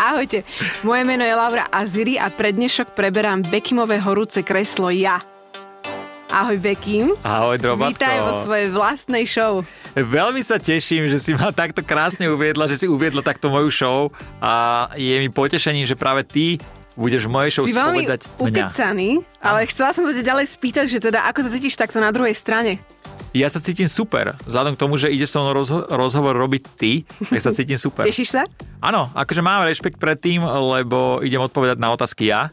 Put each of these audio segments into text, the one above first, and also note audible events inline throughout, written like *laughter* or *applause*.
Ahojte, moje meno je Laura Aziri a pre dnešok preberám Bekimové horúce kreslo ja. Ahoj Bekim. Ahoj, drobatko. Vítaj vo svojej vlastnej show. Veľmi sa teším, že si ma takto krásne uviedla, že si uviedla takto moju show a je mi potešením, že práve ty budeš v mojej show si veľmi spovedať mňa. ukecaný, ale chcela som sa ťa ďalej spýtať, že teda ako sa cítiš takto na druhej strane? Ja sa cítim super. Vzhľadom k tomu, že ide so mnou rozho- rozhovor robiť ty, tak sa cítim super. Tešíš sa? Áno, akože mám rešpekt pred tým, lebo idem odpovedať na otázky ja.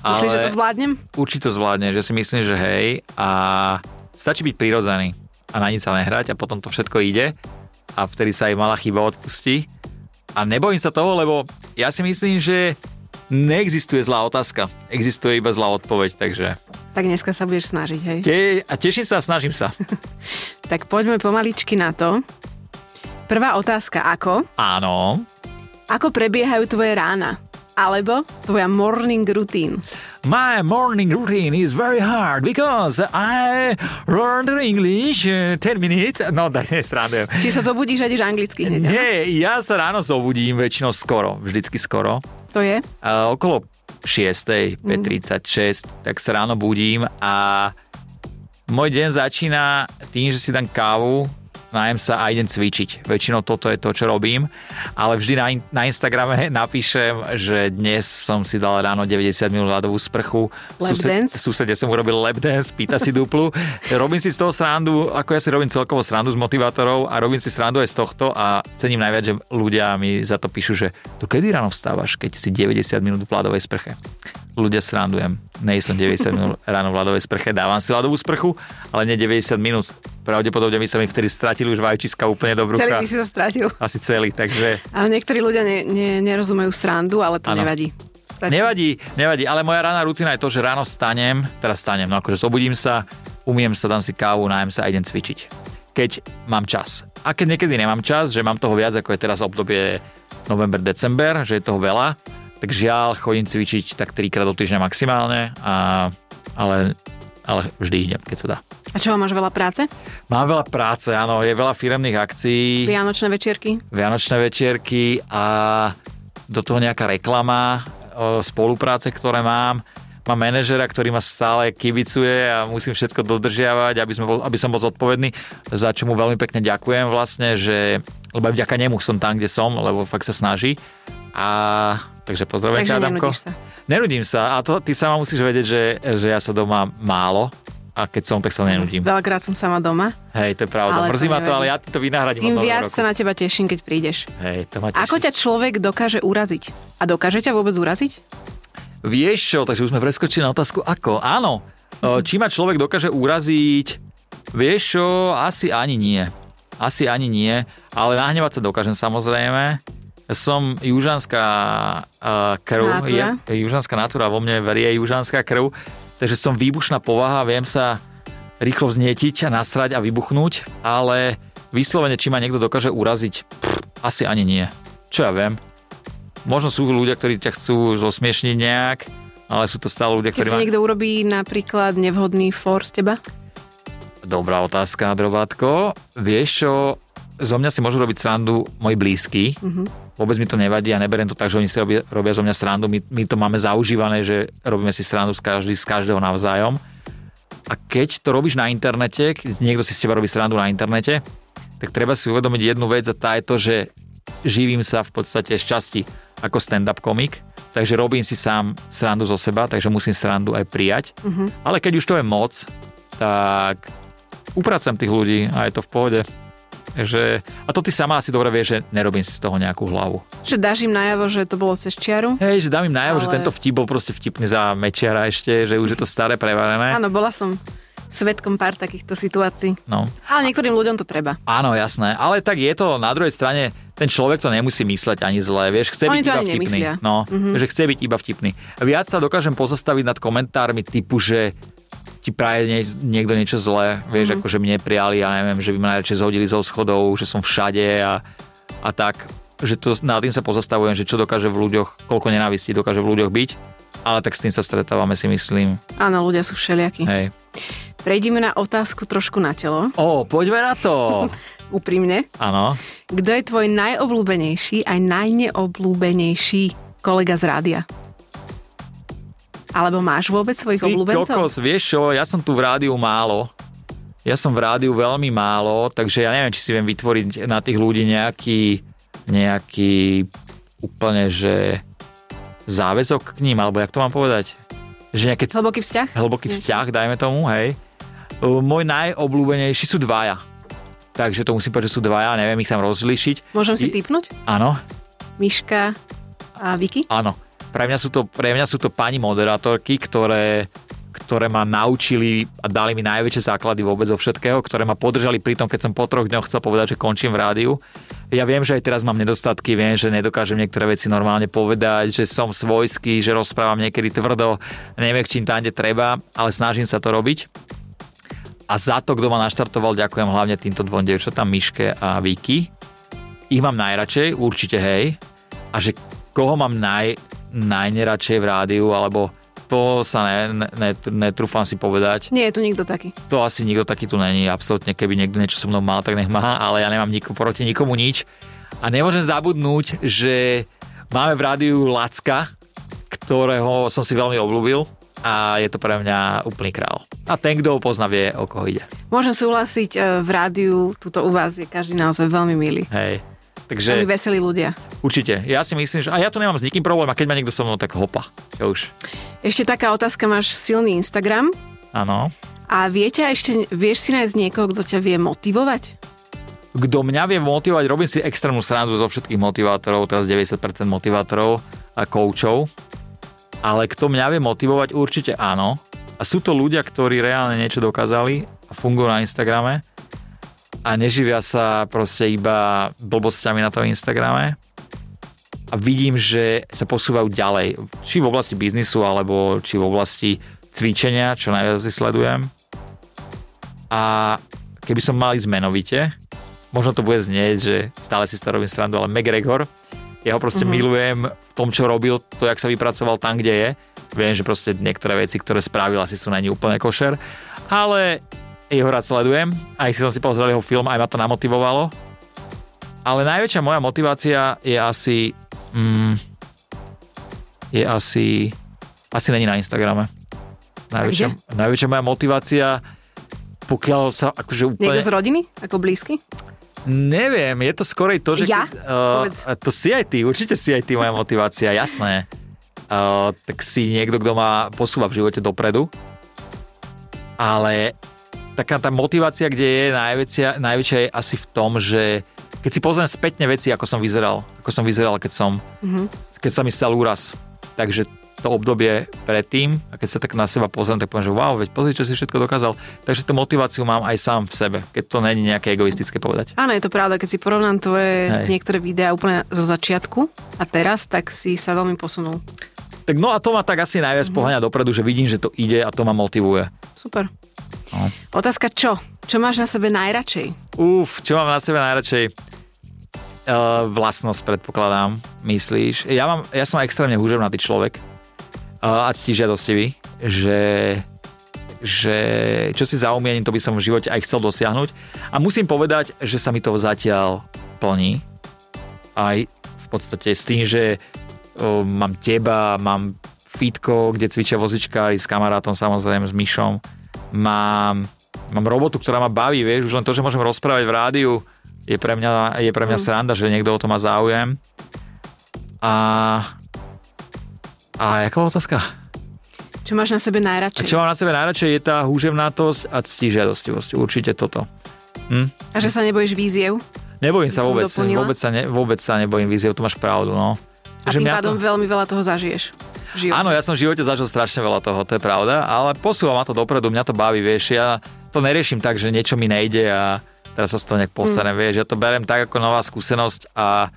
Ale Myslíš, že to zvládnem? určite zvládne, že si myslím, že hej a stačí byť prirodzený a na nič sa nehrať a potom to všetko ide a vtedy sa aj malá chyba odpustí. A nebojím sa toho, lebo ja si myslím, že neexistuje zlá otázka, existuje iba zlá odpoveď, takže Tak dneska sa budeš snažiť, hej? te- a teším sa a snažím sa. Tak poďme pomaličky na to. Prvá otázka, ako? Áno, Ako prebiehajú tvoje rána? Alebo tvoja morning routine? My morning routine is very hard because I learned English eh, 10 minutes. No, daj, *laughs* nesrandujem. Či sa zobudíš a ideš anglicky hneď? áno? Nie, ja sa ráno zobudím väčšinou skoro, vždycky skoro. To je? A okolo 6, 5.36, tak sa ráno budím a môj deň začína tým, že si dám kávu, najem sa a idem cvičiť. Väčšinou toto je to, čo robím, ale vždy na, in- na Instagrame *laughs* napíšem, že dnes som si dal ráno 90 minútovú sprchu. Lap dance? susede som urobil lap dance, pýta si duplu. robím si z toho srandu, ako ja si robím celkovo srandu z motivátorov a robím si srandu aj z tohto a cením najviac, že ľudia mi za to píšu, že to kedy ráno vstávaš, keď si 90 minút v ľadovej sprche. Ľudia srandujem. Nej som 90 minút ráno v ľadovej sprche, dávam si ľadovú sprchu, ale nie 90 minút. Pravdepodobne by sa mi vtedy stratili už vajčiska úplne do Celý brucha. by si sa stratil. Asi celý, takže Ale niektorí ľudia ne, ne, nerozumejú srandu, ale to Áno. nevadí. Stačí. Nevadí, nevadí, ale moja rána rutina je to, že ráno stanem, teraz stanem, no akože zobudím sa, umiem sa, dám si kávu, nájem sa a idem cvičiť. Keď mám čas. A keď niekedy nemám čas, že mám toho viac, ako je teraz obdobie november-december, že je toho veľa, tak žiaľ, chodím cvičiť tak trikrát do týždňa maximálne, a, ale, ale vždy idem, keď sa dá. A čo, máš veľa práce? Mám veľa práce, áno, je veľa firemných akcií. Vianočné večierky? Vianočné večierky a do toho nejaká reklama, o, spolupráce, ktoré mám. Mám manažera, ktorý ma stále kibicuje a musím všetko dodržiavať, aby, sme bol, aby som bol zodpovedný, za čo mu veľmi pekne ďakujem vlastne, že, lebo aj vďaka nemu som tam, kde som, lebo fakt sa snaží. A takže pozdravujem Takže ťa, Adamko. nenudíš sa. Nerudím sa a to, ty sama musíš vedieť, že, že ja sa doma málo a keď som, tak sa nenudím. Veľakrát som sama doma. Hej, to je pravda. Ale to Mrzí ma to, nevadí. ale ja ti to vynahradím Tým od nového viac roku. sa na teba teším, keď prídeš. Hej, to ma teší. Ako ťa človek dokáže uraziť? A dokáže ťa vôbec uraziť? Vieš čo, takže už sme preskočili na otázku ako. Áno, e, či ma človek dokáže uraziť, vieš čo, asi ani nie. Asi ani nie, ale nahnevať sa dokážem samozrejme. Som južanská uh, krv, je, Nátura. je južanská natúra, vo mne verie južanská krv, takže som výbušná povaha, viem sa rýchlo vznietiť a nasrať a vybuchnúť, ale vyslovene, či ma niekto dokáže uraziť, pff, asi ani nie. Čo ja viem. Možno sú ľudia, ktorí ťa chcú zosmiešniť nejak, ale sú to stále ľudia, Keď ktorí si ma... niekto urobí napríklad nevhodný for z teba? Dobrá otázka, Drobátko. Vieš čo, zo mňa si môžu robiť srandu moji blízky. Vôbec mi to nevadí a neberiem to tak, že oni si robia, robia zo mňa srandu. My, my to máme zaužívané, že robíme si srandu z, každý, z každého navzájom. A keď to robíš na internete, keď niekto si z teba robí srandu na internete, tak treba si uvedomiť jednu vec a tá je to, že živím sa v podstate z časti ako stand-up komik, takže robím si sám srandu zo seba, takže musím srandu aj prijať. Ale keď už to je moc, tak upracem tých ľudí a je to v pohode. Takže, a to ty sama asi dobre vieš, že nerobím si z toho nejakú hlavu. Že dáš im najavo, že to bolo cez čiaru? Hej, že dám im najavo, že Ale- tento vtip bol proste vtipný za mečiara ešte, že už je to staré prevarené. Áno, bola som svetkom pár takýchto situácií. No. Ale niektorým ľuďom to treba. Áno, jasné, ale tak je to na druhej strane, ten človek to nemusí mysleť ani zle, vieš, chce Oni byť to iba ani vtipný. nemyslia. Mhm. No, mm-hmm. že chce byť iba vtipný. Viac sa dokážem pozastaviť nad komentármi typu, že ti praje nie, niekto niečo Mhm. zlé, vieš, mm-hmm. ako že mne prijali, ja neviem, že by ma najradšej zhodili zo schodov, že som všade a, a tak, že to, nad tým sa pozastavujem, že čo dokáže v ľuďoch, koľko nenávisti dokáže v ľuďoch byť, ale tak s tým sa stretávame si myslím, Áno, ľudia sú všelijakí. hej. Prejdime na otázku trošku na telo. *laughs* Ó, poďme na to. úprimne. Áno. Kto je tvoj najobľúbenejší aj najneobľúbenejší kolega z rádia? Alebo máš vôbec svojich Ty obľúbencov? kokos, vieš čo, ja som tu v rádiu málo. Ja som v rádiu veľmi málo, takže ja neviem, či si viem vytvoriť na tých ľudí nejaký, nejaký úplne, že záväzok k ním, alebo jak to mám povedať? Že nejaké c- Hlboký vzťah? hlboký vzťah, dajme tomu, hej. Uh, Môj najobľúbenejší sú dvaja. Takže to musím povedať, že sú dvaja, neviem ich tam rozlišiť. Môžem si I- typnúť? Áno, Miška a Vicky? Áno. Pre mňa sú to, pre mňa sú to pani moderátorky, ktoré, ktoré ma naučili a dali mi najväčšie základy vôbec zo všetkého, ktoré ma podržali pri tom, keď som po troch dňoch chcel povedať, že končím v rádiu. Ja viem, že aj teraz mám nedostatky, viem, že nedokážem niektoré veci normálne povedať, že som svojský, že rozprávam niekedy tvrdo, neviem, čím tam, kde treba, ale snažím sa to robiť. A za to, kto ma naštartoval, ďakujem hlavne týmto dvom dievčatám, Miške a Viki ich mám najradšej, určite hej. A že koho mám naj, najneradšej v rádiu, alebo to sa ne, ne, ne, netrúfam si povedať. Nie je tu nikto taký. To asi nikto taký tu není, absolútne. Keby niekto niečo so mnou mal, tak nech má, ale ja nemám nikomu, proti nikomu nič. A nemôžem zabudnúť, že máme v rádiu Lacka, ktorého som si veľmi obľúbil a je to pre mňa úplný král. A ten, kto ho pozná, vie, o koho ide. Môžem súhlasiť, e, v rádiu tuto u vás je každý naozaj veľmi milý. Hej. Takže... Veľmi veselí ľudia. Určite. Ja si myslím, že... A ja tu nemám s nikým problém. A keď ma niekto so mnou, tak hopa. Čo už. Ešte taká otázka, máš silný Instagram Áno. a viete ešte, vieš si nájsť niekoho, kto ťa vie motivovať? Kto mňa vie motivovať, robím si extrémnu srandu zo všetkých motivátorov, teraz 90% motivátorov a koučov. Ale kto mňa vie motivovať, určite áno. A sú to ľudia, ktorí reálne niečo dokázali a fungujú na Instagrame a neživia sa proste iba blbosťami na tom Instagrame. A vidím, že sa posúvajú ďalej. Či v oblasti biznisu, alebo či v oblasti cvičenia, čo najviac si sledujem. A keby som mal ísť menovite, možno to bude znieť, že stále si z toho robím srandu, ale McGregor, ja ho proste mm-hmm. milujem v tom, čo robil, to, jak sa vypracoval tam, kde je. Viem, že proste niektoré veci, ktoré spravil, asi sú na ní úplne košer, ale jeho rád sledujem, aj si som si pozrel jeho film, aj ma to namotivovalo. Ale najväčšia moja motivácia je asi... Mm, je asi... Asi není na Instagrame. Najväčšia, najväčšia moja motivácia, pokiaľ sa akože úplne... Niekto z rodiny? Ako blízky? Neviem, je to skorej to, že... Ja? Uh, Povedz. to si aj ty, určite si aj ty moja motivácia, jasné. Uh, tak si niekto, kto ma posúva v živote dopredu. Ale taká tá motivácia, kde je najväčšia, najväčšia je asi v tom, že keď si pozriem spätne veci, ako som vyzeral, ako som vyzeral, keď som, Mhm. mm-hmm. keď sa mi stal úraz. Takže to obdobie predtým, a keď sa tak na seba pozriem, tak poviem, že wow, veď pozri, čo si všetko dokázal. Takže tú motiváciu mám aj sám v sebe, keď to není nejaké egoistické povedať. Áno, je to pravda, keď si porovnám tvoje Hej. niektoré videá úplne zo začiatku a teraz, tak si sa veľmi posunul. Tak no a to ma tak asi najviac poháňa dopredu, že vidím, že to ide a to ma motivuje. Super. No. Otázka čo? Čo máš na sebe najradšej? Uf, čo mám na sebe najradšej? Uh, vlastnosť predpokladám, myslíš. Ja, mám, ja som extrémne húževnatý človek uh, a ctižiadostivý, že že čo si zaumienim, to by som v živote aj chcel dosiahnuť. A musím povedať, že sa mi to zatiaľ plní. Aj v podstate s tým, že o, mám teba, mám fitko, kde cvičia vozičkári s kamarátom samozrejme, s Myšom. Mám, mám robotu, ktorá ma baví, vieš, už len to, že môžem rozprávať v rádiu, je pre mňa, je Mhm. pre mňa sranda, že niekto o to má záujem. A... A jaká bola otázka? Čo máš na sebe A najradšej? čo mám na sebe najradšej je tá húževnatosť a ctižiadostivosť. Určite toto. A že sa nebojíš víziev? Nebojím sa Som vôbec, doplnila? vôbec sa, ne, vôbec sa nebojím víziev, to máš pravdu, no. A Že tým mňa pádom to... veľmi veľa toho zažiješ. v živote. Áno, ja som v živote zažil strašne veľa toho, to je pravda, ale posúva ma to dopredu, mňa to baví, vieš, ja to neriešim tak, že niečo mi nejde a teraz sa z toho nejak postanem, mm. vieš, ja to berem tak ako nová skúsenosť a,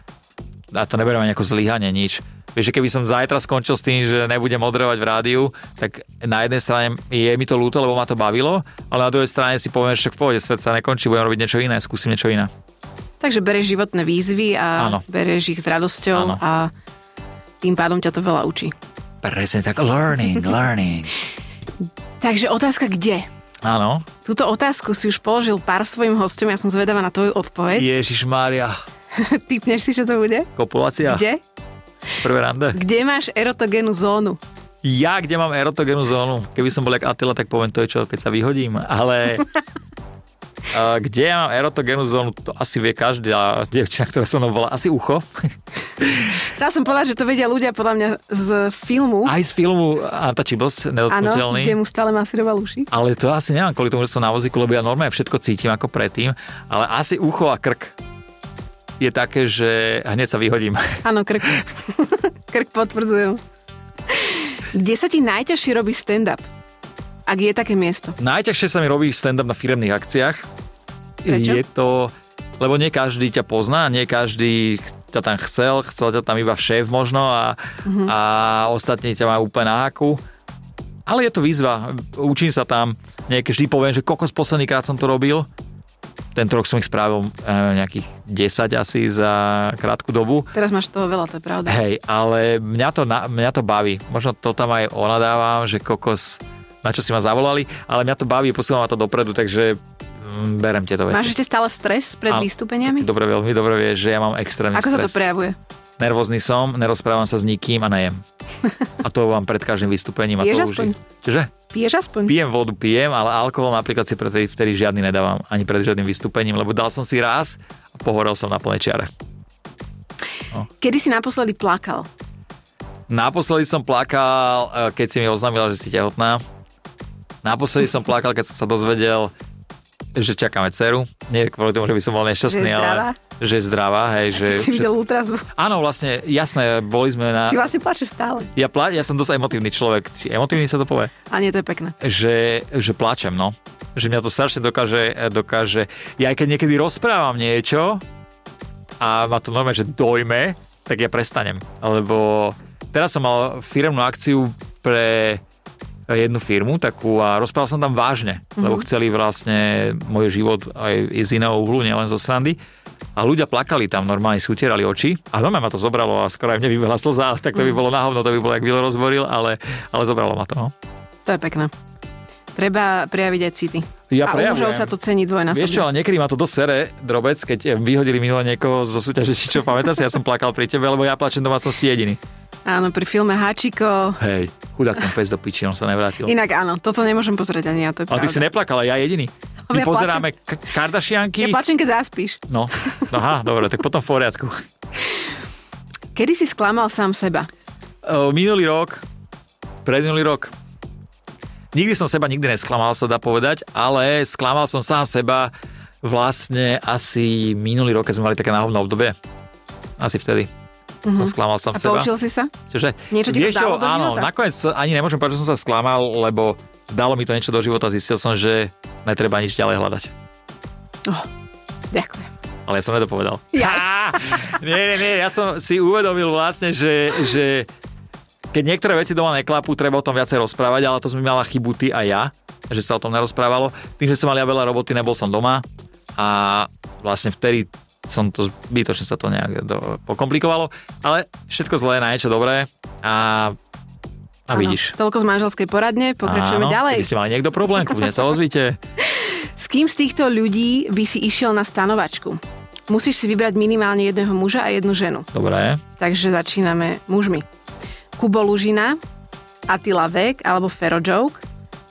a to neberiem ani ako zlyhanie, nič. Vieš, že keby som zajtra skončil s tým, že nebudem moderovať v rádiu, tak na jednej strane je mi to ľúto, lebo ma to bavilo, ale na druhej strane si poviem, že však v pohode, svet sa nekončí, budem robiť niečo iné, skúsim niečo iné. Takže bereš životné výzvy a Áno. bereš ich s radosťou Áno. a tým pádom ťa to veľa učí. Presne tak, learning, learning. Takže otázka kde? Áno. Túto otázku si už položil pár svojim hostom, ja som zvedavá na tvoju odpoveď. Ježiš Mária. *laughs* Typneš si, čo to bude? Kopulácia. Kde? Prvé rande. Kde máš erotogénnu zónu? Ja, kde mám erotogénnu zónu? Keby som bol jak Attila, tak poviem to je čo, keď sa vyhodím. *laughs* Ale a kde ja mám erotogénnu zónu, to asi vie každá dievčina, ktorá so mnou bola. Asi ucho. *laughs* Chcela som povedať, že to vedia ľudia podľa mňa z filmu. Aj z filmu Anta Čibos, Áno, nedotknutelný. kde mu stále masíroval uši. Ale to asi nemám kvôli tomu, že som na vozíku, lebo ja normálne všetko cítim ako predtým, ale asi ucho a krk je také, že hneď sa vyhodím. Áno, krk. *laughs* krk potvrdzujem. Kde sa ti najťažšie robí stand-up? Ak je také miesto. Najťažšie sa mi robí stand-up na firemných akciách. Prečo? Je to, lebo nie každý ťa pozná, nie každý ťa tam chcel, chcel ťa tam iba šéf možno a, mm-hmm. a ostatní ťa majú úplne na haku. Ale je to výzva, učím sa tam, niekedy vždy poviem, že kokos poslednýkrát som to robil, tento rok som ich spravil ja neviem, nejakých 10 asi za krátku dobu, Teraz máš toho veľa, to je pravda. Hej, ale mňa to, na, mňa to baví. Možno to tam aj onadávam, že kokos, na čo si ma zavolali, ale mňa to baví, posúva ma to dopredu, takže mm, berem tieto Máš veci. ešte stále stres pred Áno. vystúpeniami? Dobre, veľmi dobre vieš, že ja mám extrémny Ako sa to stres. prejavuje? Nervózny som, nerozprávam sa s nikým *laughs* a nejem. A to vám pred každým vystúpením. A Piješ to aspoň? Už je. Čože? Piješ aspoň? Pijem vodu, pijem, ale alkohol napríklad si pred, vtedy žiadny nedávam, ani pred žiadnym vystúpením, lebo dal som si raz a pohorel som na plnej čiare. Kedy si naposledy plakal? Naposledy som plakal, e, keď si mi oznámila, že si tehotná. Naposledy som plakal, keď som sa dozvedel, že čakáme dceru. Nie kvôli tomu, že by som bol nešťastný, Že je zdravá? ale že je zdravá, hej, že... *laughs* Si videl ultrazvuk. Áno, vlastne, jasné, boli sme na... Ty vlastne plačeš stále. Ja, plá... ja som dosť emotívny človek. Či emotívny sa to povie? A nie, to je pekné. že, že pláčem, no. Že mňa to strašne dokáže, dokáže. Ja aj keď niekedy rozprávam niečo a ma to normálne, že dojme, tak ja prestanem. Lebo teraz som mal firemnú akciu pre jednu firmu takú a rozprával som tam vážne, mm-hmm. lebo chceli vlastne môj život aj z iného uhlu, nielen zo srandy. A ľudia plakali tam, normálne si utierali oči. A normálne ma to zobralo a skoro aj mne vybehla slza, tak to by bolo na hovno, to by bolo, jak Vilo rozboril, ale, ale zobralo ma to. No. To je pekné. Treba prejaviť aj city. Ja a u mužov prejavujem. sa to cení Vieš čo, dvojnásobne. ale niekedy ma to dosť sere, drobec, keď eh, vyhodili minule niekoho zo súťaže, *laughs* či čo pamätáš, si, ja som plakal pri tebe, lebo ja plačem domácnosti jediný. Áno, pri filme Háčiko. Hej, chudák ten pes do piči, on sa nevrátil. Inak áno, toto nemôžem pozrieť ani ja, to je Ale pravda. ty si neplakala, ja jediný. Ale My ja pozeráme k- Ja Kardashianky. plačem, keď zaspíš. No, no aha, dobre, tak potom v poriadku. Kedy si sklamal sám seba? E, Minulý rok, predminulý rok, nikdy som seba nikdy nesklamal, sa dá povedať, ale sklamal som sám seba vlastne asi minulý rok, keď sme mali také náhodné obdobie. Asi vtedy. Som sklamal A sám seba. poučil si sa? Čiže, Niečo ti to vieš dalo čo, do áno, života? nakoniec ani nemôžem povedať, že som sa sklamal, lebo dalo mi to niečo do života, zistil som, že netreba nič ďalej hľadať. Oh, ďakujem. Ale ja som nedopovedal. Ja. Á, nie, *laughs* nie, nie, ja som si uvedomil vlastne, že, že keď niektoré veci doma neklapú, treba o tom viacej rozprávať, ale to sme mala chybu ty a ja, že sa o tom nerozprávalo. Tým, že som mal ja veľa roboty, nebol som doma a vlastne vtedy som to zbytočne sa to nejak do, pokomplikovalo, ale všetko zlé na niečo dobré a, a Áno, vidíš. Toľko z manželskej poradne, pokračujeme Áno, ďalej. Keby ste mali niekto problém, kľudne sa ozvite. S kým z týchto ľudí by si išiel na stanovačku? Musíš si vybrať minimálne jedného muža a jednu ženu. Dobre. Takže začíname mužmi. Kubo Lužina, Atila Vek alebo Fero Joke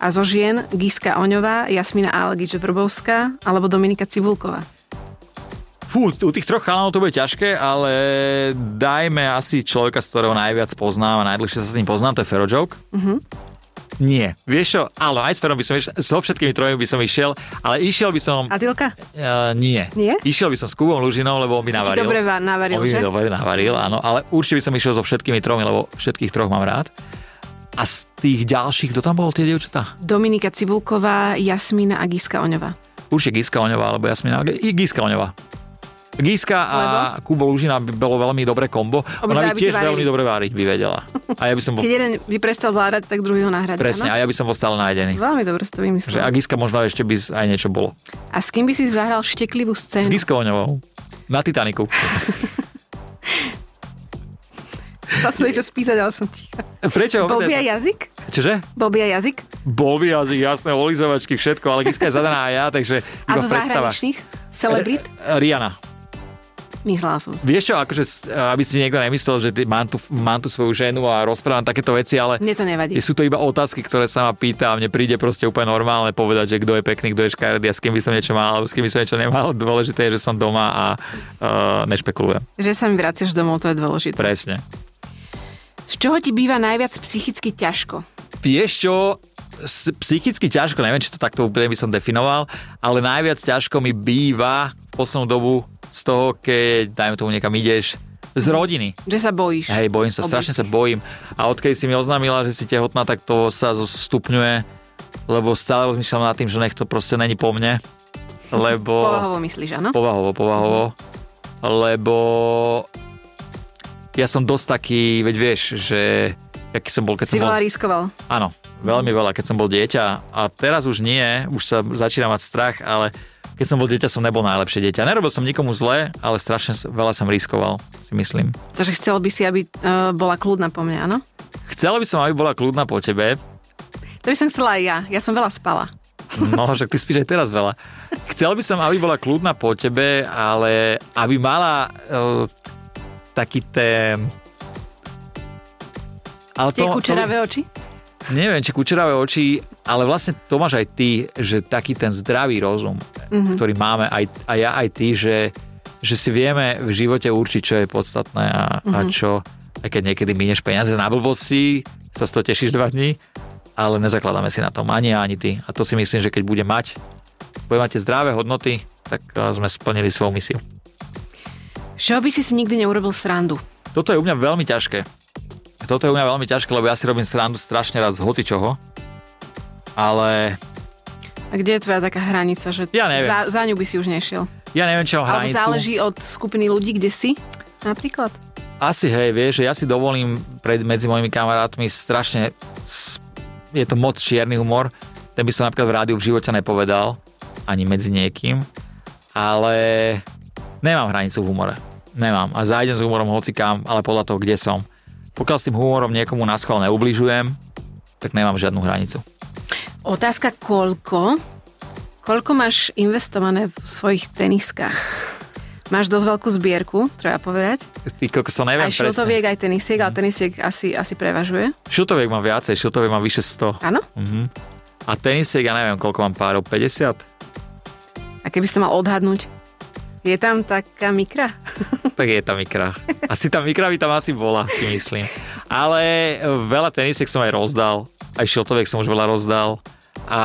a zo žien Giska Oňová, Jasmina Algič-Vrbovská alebo Dominika Cibulková. Fú, u tých troch chalanov to bude ťažké, ale dajme asi človeka, z ktorého najviac poznám a najdlhšie sa s ním poznám, to je Fero Joke. Mhm. Nie, vieš čo, áno, aj s Ferom by som išiel, so všetkými trojmi by som išiel, ale išiel by som, Atilka? uh, nie. Nie? Išiel by som s Kubom Lužinou, lebo on by navaril. dobre va- navaril, on by mi že? dobre navaril, áno, ale určite by som išiel so všetkými tromi, lebo všetkých troch mám rád. A z tých ďalších, kto tam bol, tie dievčatá? Dominika Cibulková, Jasmína a Giska Oňová. Určite Giska Oňová, alebo Jasmina. I Giska Oňová. Giska a Kubo Lužina by bolo veľmi dobré kombo. Obidvaja Ona by by tiež ti varili. veľmi dobre váriť by vedela. A ja by som bol... Keď jeden by prestal vládať, tak druhý ho nahradí. Presne, áno? a ja by som bol stále nájdený. Veľmi dobre si to Že, a vymyslel. Giska možno ešte by z- aj niečo bolo. A s kým by si zahral šteklivú S scénu? *laughs* Giskou Oňovou. Na Titaniku. Chcela som niečo spýtať, ale som ticha. Prečo? Blbia jazyk? Čože? Blbia jazyk? Bolby jazyk, jasné, olizovačky, všetko, ale Giska je zadaná aj ja, takže *laughs* A iba zo v predstavách. zahraničných? Celebrit? Eh, Rihanna. Myslela som si. Vieš čo, akože, s- aby si niekto nemyslel, že ty, mám, tu, mám tu svoju ženu a rozprávam takéto veci, ale Mne to nevadí. sú to iba otázky, ktoré sa ma pýta a mne príde proste úplne normálne povedať, že kto je pekný, kto je škaredý a s kým by som niečo mal, alebo s kým by som niečo nemal. *laughs* Dôležité je, že som doma a uh, nešpekulujem. Že sa mi vraciaš domov, to je dôležité. Presne. Z čoho ti býva najviac psychicky ťažko? Vieš čo, s- psychicky ťažko, neviem, či to takto úplne by som definoval, ale najviac ťažko mi býva v poslednú dobu z toho, keď, dajme tomu, niekam ideš, z rodiny. Že sa bojíš? Hej, bojím O sa, strašne sa blízkych. bojím. A odkedy si mi oznámila, že si tehotná, tak to sa zo- stupňuje, lebo stále rozmýšľam nad tým, že nech to proste není po mne, lebo... Povahovo myslíš, áno? Povahovo, povahovo. Lebo ja som dosť taký, veď vieš, že aký som bol, keď Si som bol... veľa riskoval. Áno, veľmi veľa, keď som bol dieťa a teraz už nie, už sa začína mať strach, ale keď som bol dieťa, som nebol najlepšie dieťa. Nerobil som nikomu zle, ale strašne s- veľa som riskoval, si myslím. Takže chcel by si, aby uh, bola kľudná po mne, áno? Chcela by som, aby bola kľudná po tebe, To by som chcela aj ja. Ja som veľa spala. no však ty spíš aj teraz veľa. Chcel by som, aby bola kľudná po tebe, ale aby mala uh, taký ten... Ale Tie kučeravé oči? Neviem, či kučeravé oči, ale vlastne to máš aj ty, že taký ten zdravý rozum, mm-hmm. ktorý máme aj, aj ja, aj ty, že, že si vieme v živote určiť, čo je podstatné a, mm-hmm. a čo, aj keď niekedy minieš peniaze na blbosti, sa z toho tešíš dva dní, ale nezakladáme si na tom ani ja, ani ty. A to si myslím, že keď bude mať, bude mať tie zdravé hodnoty, tak eh, sme splnili svoju misiu. Z čoho by si si nikdy neurobil srandu? Toto je u mňa veľmi ťažké. Toto je u mňa veľmi ťažké, lebo ja si robím srandu strašne raz z hocičoho, ale A kde je tvoja taká hranica, že Ja neviem. Za, za ňu by si už nešiel? Ja neviem, čo mám Alebo hranicu. záleží od skupiny ľudí, kde si? Napríklad. Asi hej, vieš, že ja si dovolím pred, medzi mojimi kamarátmi strašne... s- Je to moc čierny humor. Ten by som napríklad v rádiu v živote nepovedal. Ani medzi niekým. Ale nemám hranicu v humore. Nemám. A zájdem s humorom hocikam, ale podľa toho, kde som. Pokiaľ s tým humorom niekomu na schvál neubližujem, tak nemám žiadnu hranicu. Otázka koľko? Koľko máš investované v svojich teniskách? Máš dosť veľkú zbierku, treba povedať. Ty kokos, to neviem aj šiltoviek, aj tenisiek, Mhm. ale tenisiek asi, asi prevažuje. Šiltoviek mám viacej, šiltoviek mám vyše 100. Áno? A tenisiek, ja neviem, koľko mám párov, 50? A keby si to mal odhadnúť, je tam taká mikra? Tak je tam ikra. Asi tá ikra by tam asi bola, si myslím. Ale e, veľa tenisiek som aj rozdal. Aj šiltoviek som už veľa rozdal. A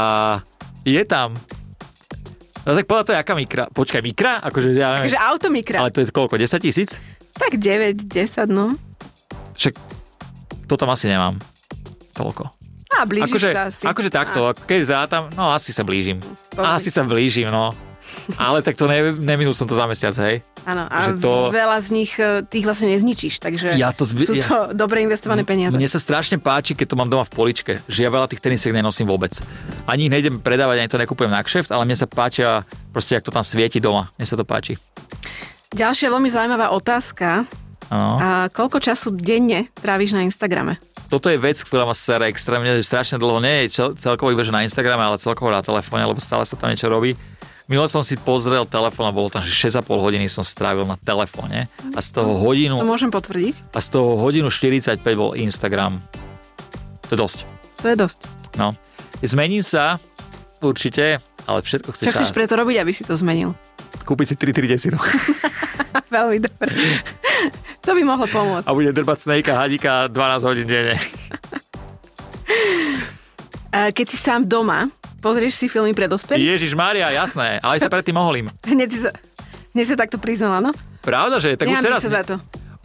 je tam. No tak podľa to je aká mikra. Počkaj, mikra? Akože ja neviem. Takže auto mikra. Ale to je koľko? 10 tisíc? Tak 9, 10, no. Však to tam asi nemám. Toľko. A blížiš Akože, sa asi. akože takto, ako keď zrátam, no asi sa blížim. Dobre. Asi sa blížim, no. Ale tak to ne, neminul som to za mesiac, hej. Áno, a že to- veľa z nich, e, tých vlastne nezničíš, takže Ja to zbi- sú ja- to dobre investované peniaze. Mne sa strašne páči, keď to mám doma v poličke, že ja veľa tých tenisiek nenosím vôbec. Ani ich nejdem predávať, ani to nekupujem na kšeft, ale mne sa páčia proste, jak to tam svieti doma. Mne sa to páči. Ďalšia veľmi zaujímavá otázka. Ano. A koľko času denne tráviš na Instagrame? Toto je vec, ktorá ma sere extrémne, že strašne dlho nie je čel- celkovo iba že na Instagrame, ale celkovo na telefóne, lebo stále sa tam niečo robí. Minule som si pozrel telefón a bolo tam, že 6,5 hodiny som strávil na telefóne a z toho To hodinu, môžem potvrdiť. a z toho hodinu 45 bol Instagram. To je dosť. To je dosť. No. Zmení sa, určite, ale všetko chce Čo čas. chceš preto robiť, aby si to zmenil? *laughs* Kúpiť si 3 3 *laughs* desinu. Veľmi dobre. to by mohlo pomôcť. A bude drbať snejka, hadika 12 hodín denne. E, Keď si sám doma, pozrieš si filmy pre dospelých? Ježiš Mária, jasné, ale aj sa predtým mohol im. Hneď si sa, hneď sa takto priznala, no? Pravda, že? Tak už Nehambíš teraz, sa za to.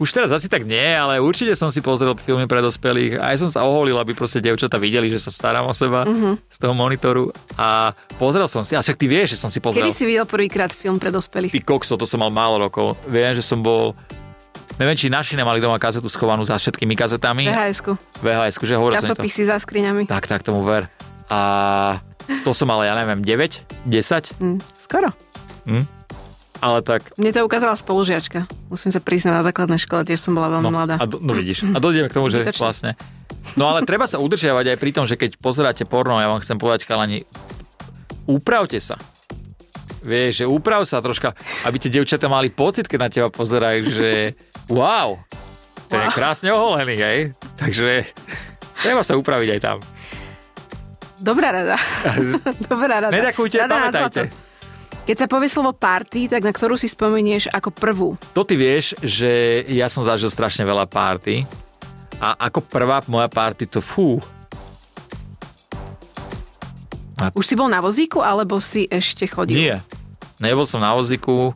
už teraz asi tak nie, ale určite som si pozrel filmy pre dospelých. Aj som sa oholil, aby proste devčata videli, že sa starám o seba Mhm. z toho monitoru. A pozrel som si, a však ty vieš, že som si pozrel. Kedy si videl prvýkrát film pre dospelých? Ty kokso, to som mal málo rokov. Viem, že som bol... Neviem, či naši nemali doma kazetu schovanú za všetkými kazetami. VHS-ku. VHS, že hovoril som im to. Časopisy za skriňami. Tak, tak, tomu ver. A to som ale, ja neviem, 9, 10. Hm, skoro. Hm? ale tak... Mne to ukázala spolužiačka. Musím sa priznať, na základnej škole tiež som bola veľmi No, mladá. a do, no vidíš, a dojdeme k tomu, že Zbytočne. vlastne... No ale treba sa udržiavať aj pri tom, že keď pozeráte porno, ja vám chcem povedať, chalani, úpravte sa. Vieš, že úprav sa troška, aby tie devčatá mali pocit, keď na teba pozerajú, že wow, to je Wow. krásne oholený, hej? Takže treba sa upraviť aj tam. Dobrá *laughs* rada. Dobrá rada. Neďakujte, Rada na pamätajte. zlato. Keď sa povie slovo party, tak na ktorú si spomenieš ako prvú? To ty vieš, že ja som zažil strašne veľa párty a ako prvá moja párty to fú, Už si bol na vozíku, alebo si ešte chodil? Nie. Nebol som na voziku,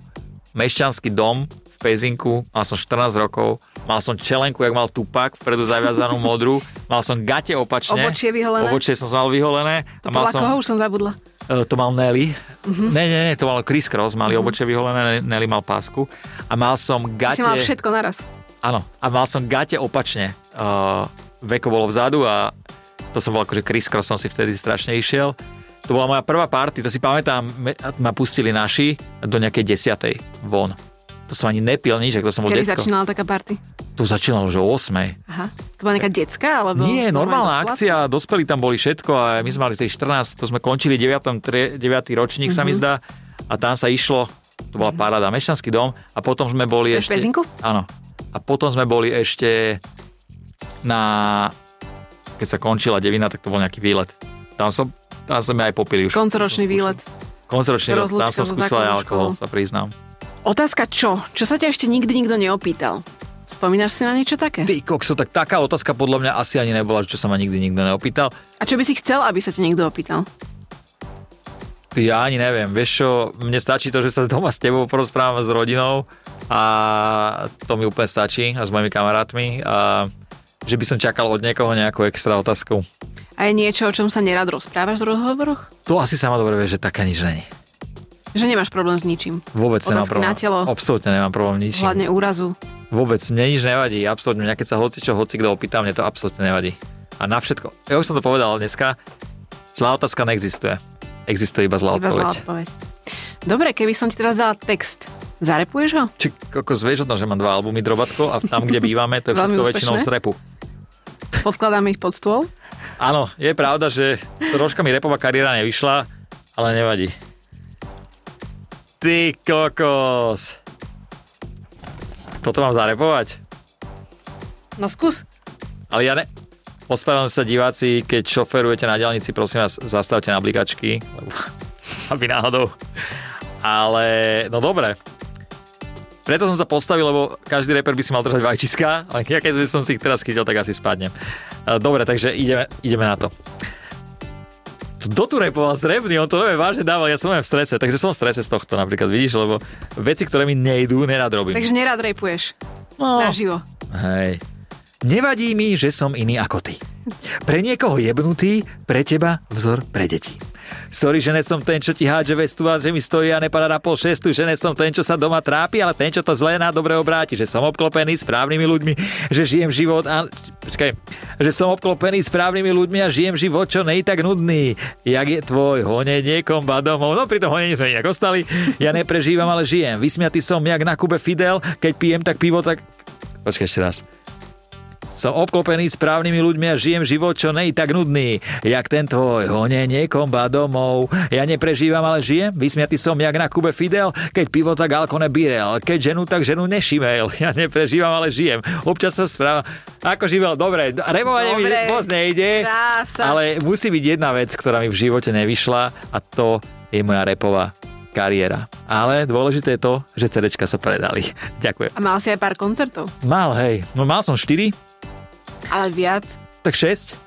mešťanský dom v Pezinku, mal som 14 rokov, mal som čelenku, jak mal tupak, vpredu zaviazanú modrú, mal som gate opačne. Obočie vyholené? Obočie som mal vyholené. A mal Podľa som, koho Mhm. už som zabudla? E, to mal Nelly. Uh-huh. Ne, ne, ne, to mal Chris Cross, mali uh-huh. obočie vyholené, Nelly mal pásku. A mal som Mhm. Ty gate... si mal všetko naraz. Áno, a mal som gate opačne. Uh, veko bolo vzadu a to som bol akože kriskros som si vtedy strašne išiel. To bola moja prvá party, to si pamätám, me- ma pustili naši do nejakej desiatej von. To som ani nepil nič, ak to som bol Kedy decko. začínala taká party? To začínalo už o 8. Aha. To bola nejaká detská, alebo... Nie, dospelá? normálna akcia, dospelí tam boli všetko a my sme mali tej 14, to sme končili 9. 9. ročník sa Mhm. mi zdá a tam sa išlo, to bola paráda, Mešťanský dom a potom sme To boli je v ešte... Mhm. Pezinku? Áno. A potom sme boli ešte na... Keď sa končila devina, tak to bol nejaký výlet. Tam som, tam sme aj popili už. Koncoročný výlet. Koncoročný výlet, tam rozlúčka som so skúsil aj základnou alkohol, školou. sa priznám. Otázka čo? Čo sa ťa ešte nikdy nikto neopýtal? Spomínaš si na niečo také? Ty kokso, tak taká otázka podľa mňa asi ani nebola, čo sa ma nikdy nikto neopýtal. A čo by si chcel, aby sa ťa niekto opýtal? Ty, ja ani neviem, vieš čo, mne stačí to, že sa doma s tebou porozprávam s rodinou a to mi úplne stačí a s mojimi kamarátmi a že by som čakal od niekoho nejakú extra otázku. A je niečo, o čom sa nerad rozprávaš v rozhovoroch? To asi sama dobre vie, že taká nič není. Že nemáš problém s ničím? Vôbec nemám Otázky problém. na telo. Absolútne nemám problém ničím. Hľadne úrazu. Vôbec, mne nič nevadí, absolútne. Mňa keď sa hoci čo, hoci kto opýta, mne to absolútne nevadí. A na všetko. Ja už som to povedal dneska, zlá otázka neexistuje. Existuje iba zlá Iba zlá odpoveď. odpoveď. Dobre, keby som ti teraz dala text, zarepuješ ho? Či kokos vieš o tom, že mám dva albumy Drobatko a tam, kde bývame, to je Veľmi všetko úspešné. väčšinou z repu. Podkladáme ich pod stôl? Áno, je pravda, že troška mi repová kariéra nevyšla, ale nevadí. Ty kokos. Toto mám zarepovať? No skús. Ale ja ne... Ospravedlňujem sa diváci, keď šoferujete na diálnici, prosím vás, zastavte na blikačky, lebo, *laughs* aby náhodou. Ale, no dobre. Preto som sa postavil, lebo každý reper by si mal držať vajčiska, ale ja keď som si ich teraz chytil, tak asi spadnem. E, Dobre, takže ideme, ideme na to. Kto tu repoval strebný, on to nové vážne dával, ja som len v strese, takže som v strese z tohto napríklad, vidíš, lebo veci, ktoré mi nejdú, nerad robím. Takže nerad repuješ. no. Naživo. Hej. Nevadí mi, že som iný ako ty. Pre niekoho jebnutý, pre teba vzor pre deti. Sorry, že ne som ten, čo ti hádže vestu a že mi stojí a nepadá na pol šestu, že ne som ten, čo sa doma trápi, ale ten, čo to zle na dobre obráti, že som obklopený správnymi ľuďmi, že žijem život a... Počkaj, že som obklopený správnymi ľuďmi a žijem život, čo nej tak nudný. Jak je tvoj, hone niekom ba domov, no pri tom honení sme nejak ostali. Ja neprežívam, ale žijem. Vysmiatý som jak na Kube Fidel, keď pijem tak pivo, tak... Počkaj ešte raz. Som obklopený správnymi ľuďmi a žijem život, čo nej tak nudný. Jak ten tvoj, hone niekomba domov. Ja neprežívam, ale žijem. Vysmiatý som jak na Kube Fidel, keď pivo tak alkone birel. Keď ženu, tak ženu nešimel. *laughs* Ja neprežívam, ale žijem. Občas som správa... Ako živel, dobre, removanie mi Dobre. moc nejde. Krása. Ale musí byť jedna vec, ktorá mi v živote nevyšla a to je moja repová kariéra. Ale dôležité je to, že CDčka sa predali. *laughs* A Ďakujem. mal si aj pár koncertov. Mal, hej. No mal som 4, Ale viac. tak 6.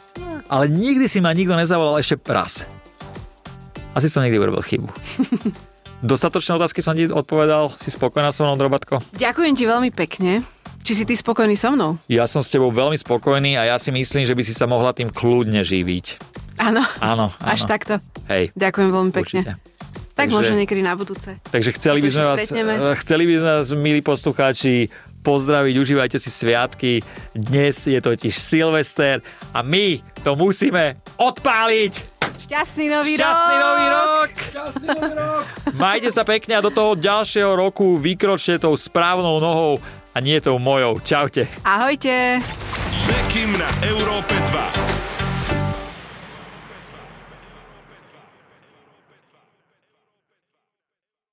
Ale nikdy si ma nikto nezavolal ešte raz. Asi som niekdy urobil chybu. *laughs* Dostatočné otázky som ti odpovedal. Si spokojná so mnou, Drobatko? Ďakujem ti veľmi pekne. Či si ty spokojný so mnou? Ja som s tebou veľmi spokojný a ja si myslím, že by si sa mohla tým kľudne živiť. Áno. Áno, áno. Až takto. Hej, Ďakujem veľmi pekne. určite. Tak Takže- možno niekedy na budúce. Takže chceli by Tu sme sa vás, stretneme. eh, chceli by sme vás, milí poslucháči, pozdraviť, užívajte si sviatky. Dnes je totiž Silvester a my to musíme odpáliť! Šťastný nový Šťastný rok! nový rok! Majte sa pekne a do toho ďalšieho roku vykročte tou správnou nohou a nie tou mojou. Čaute. Ahojte! Bekim na Európe 2.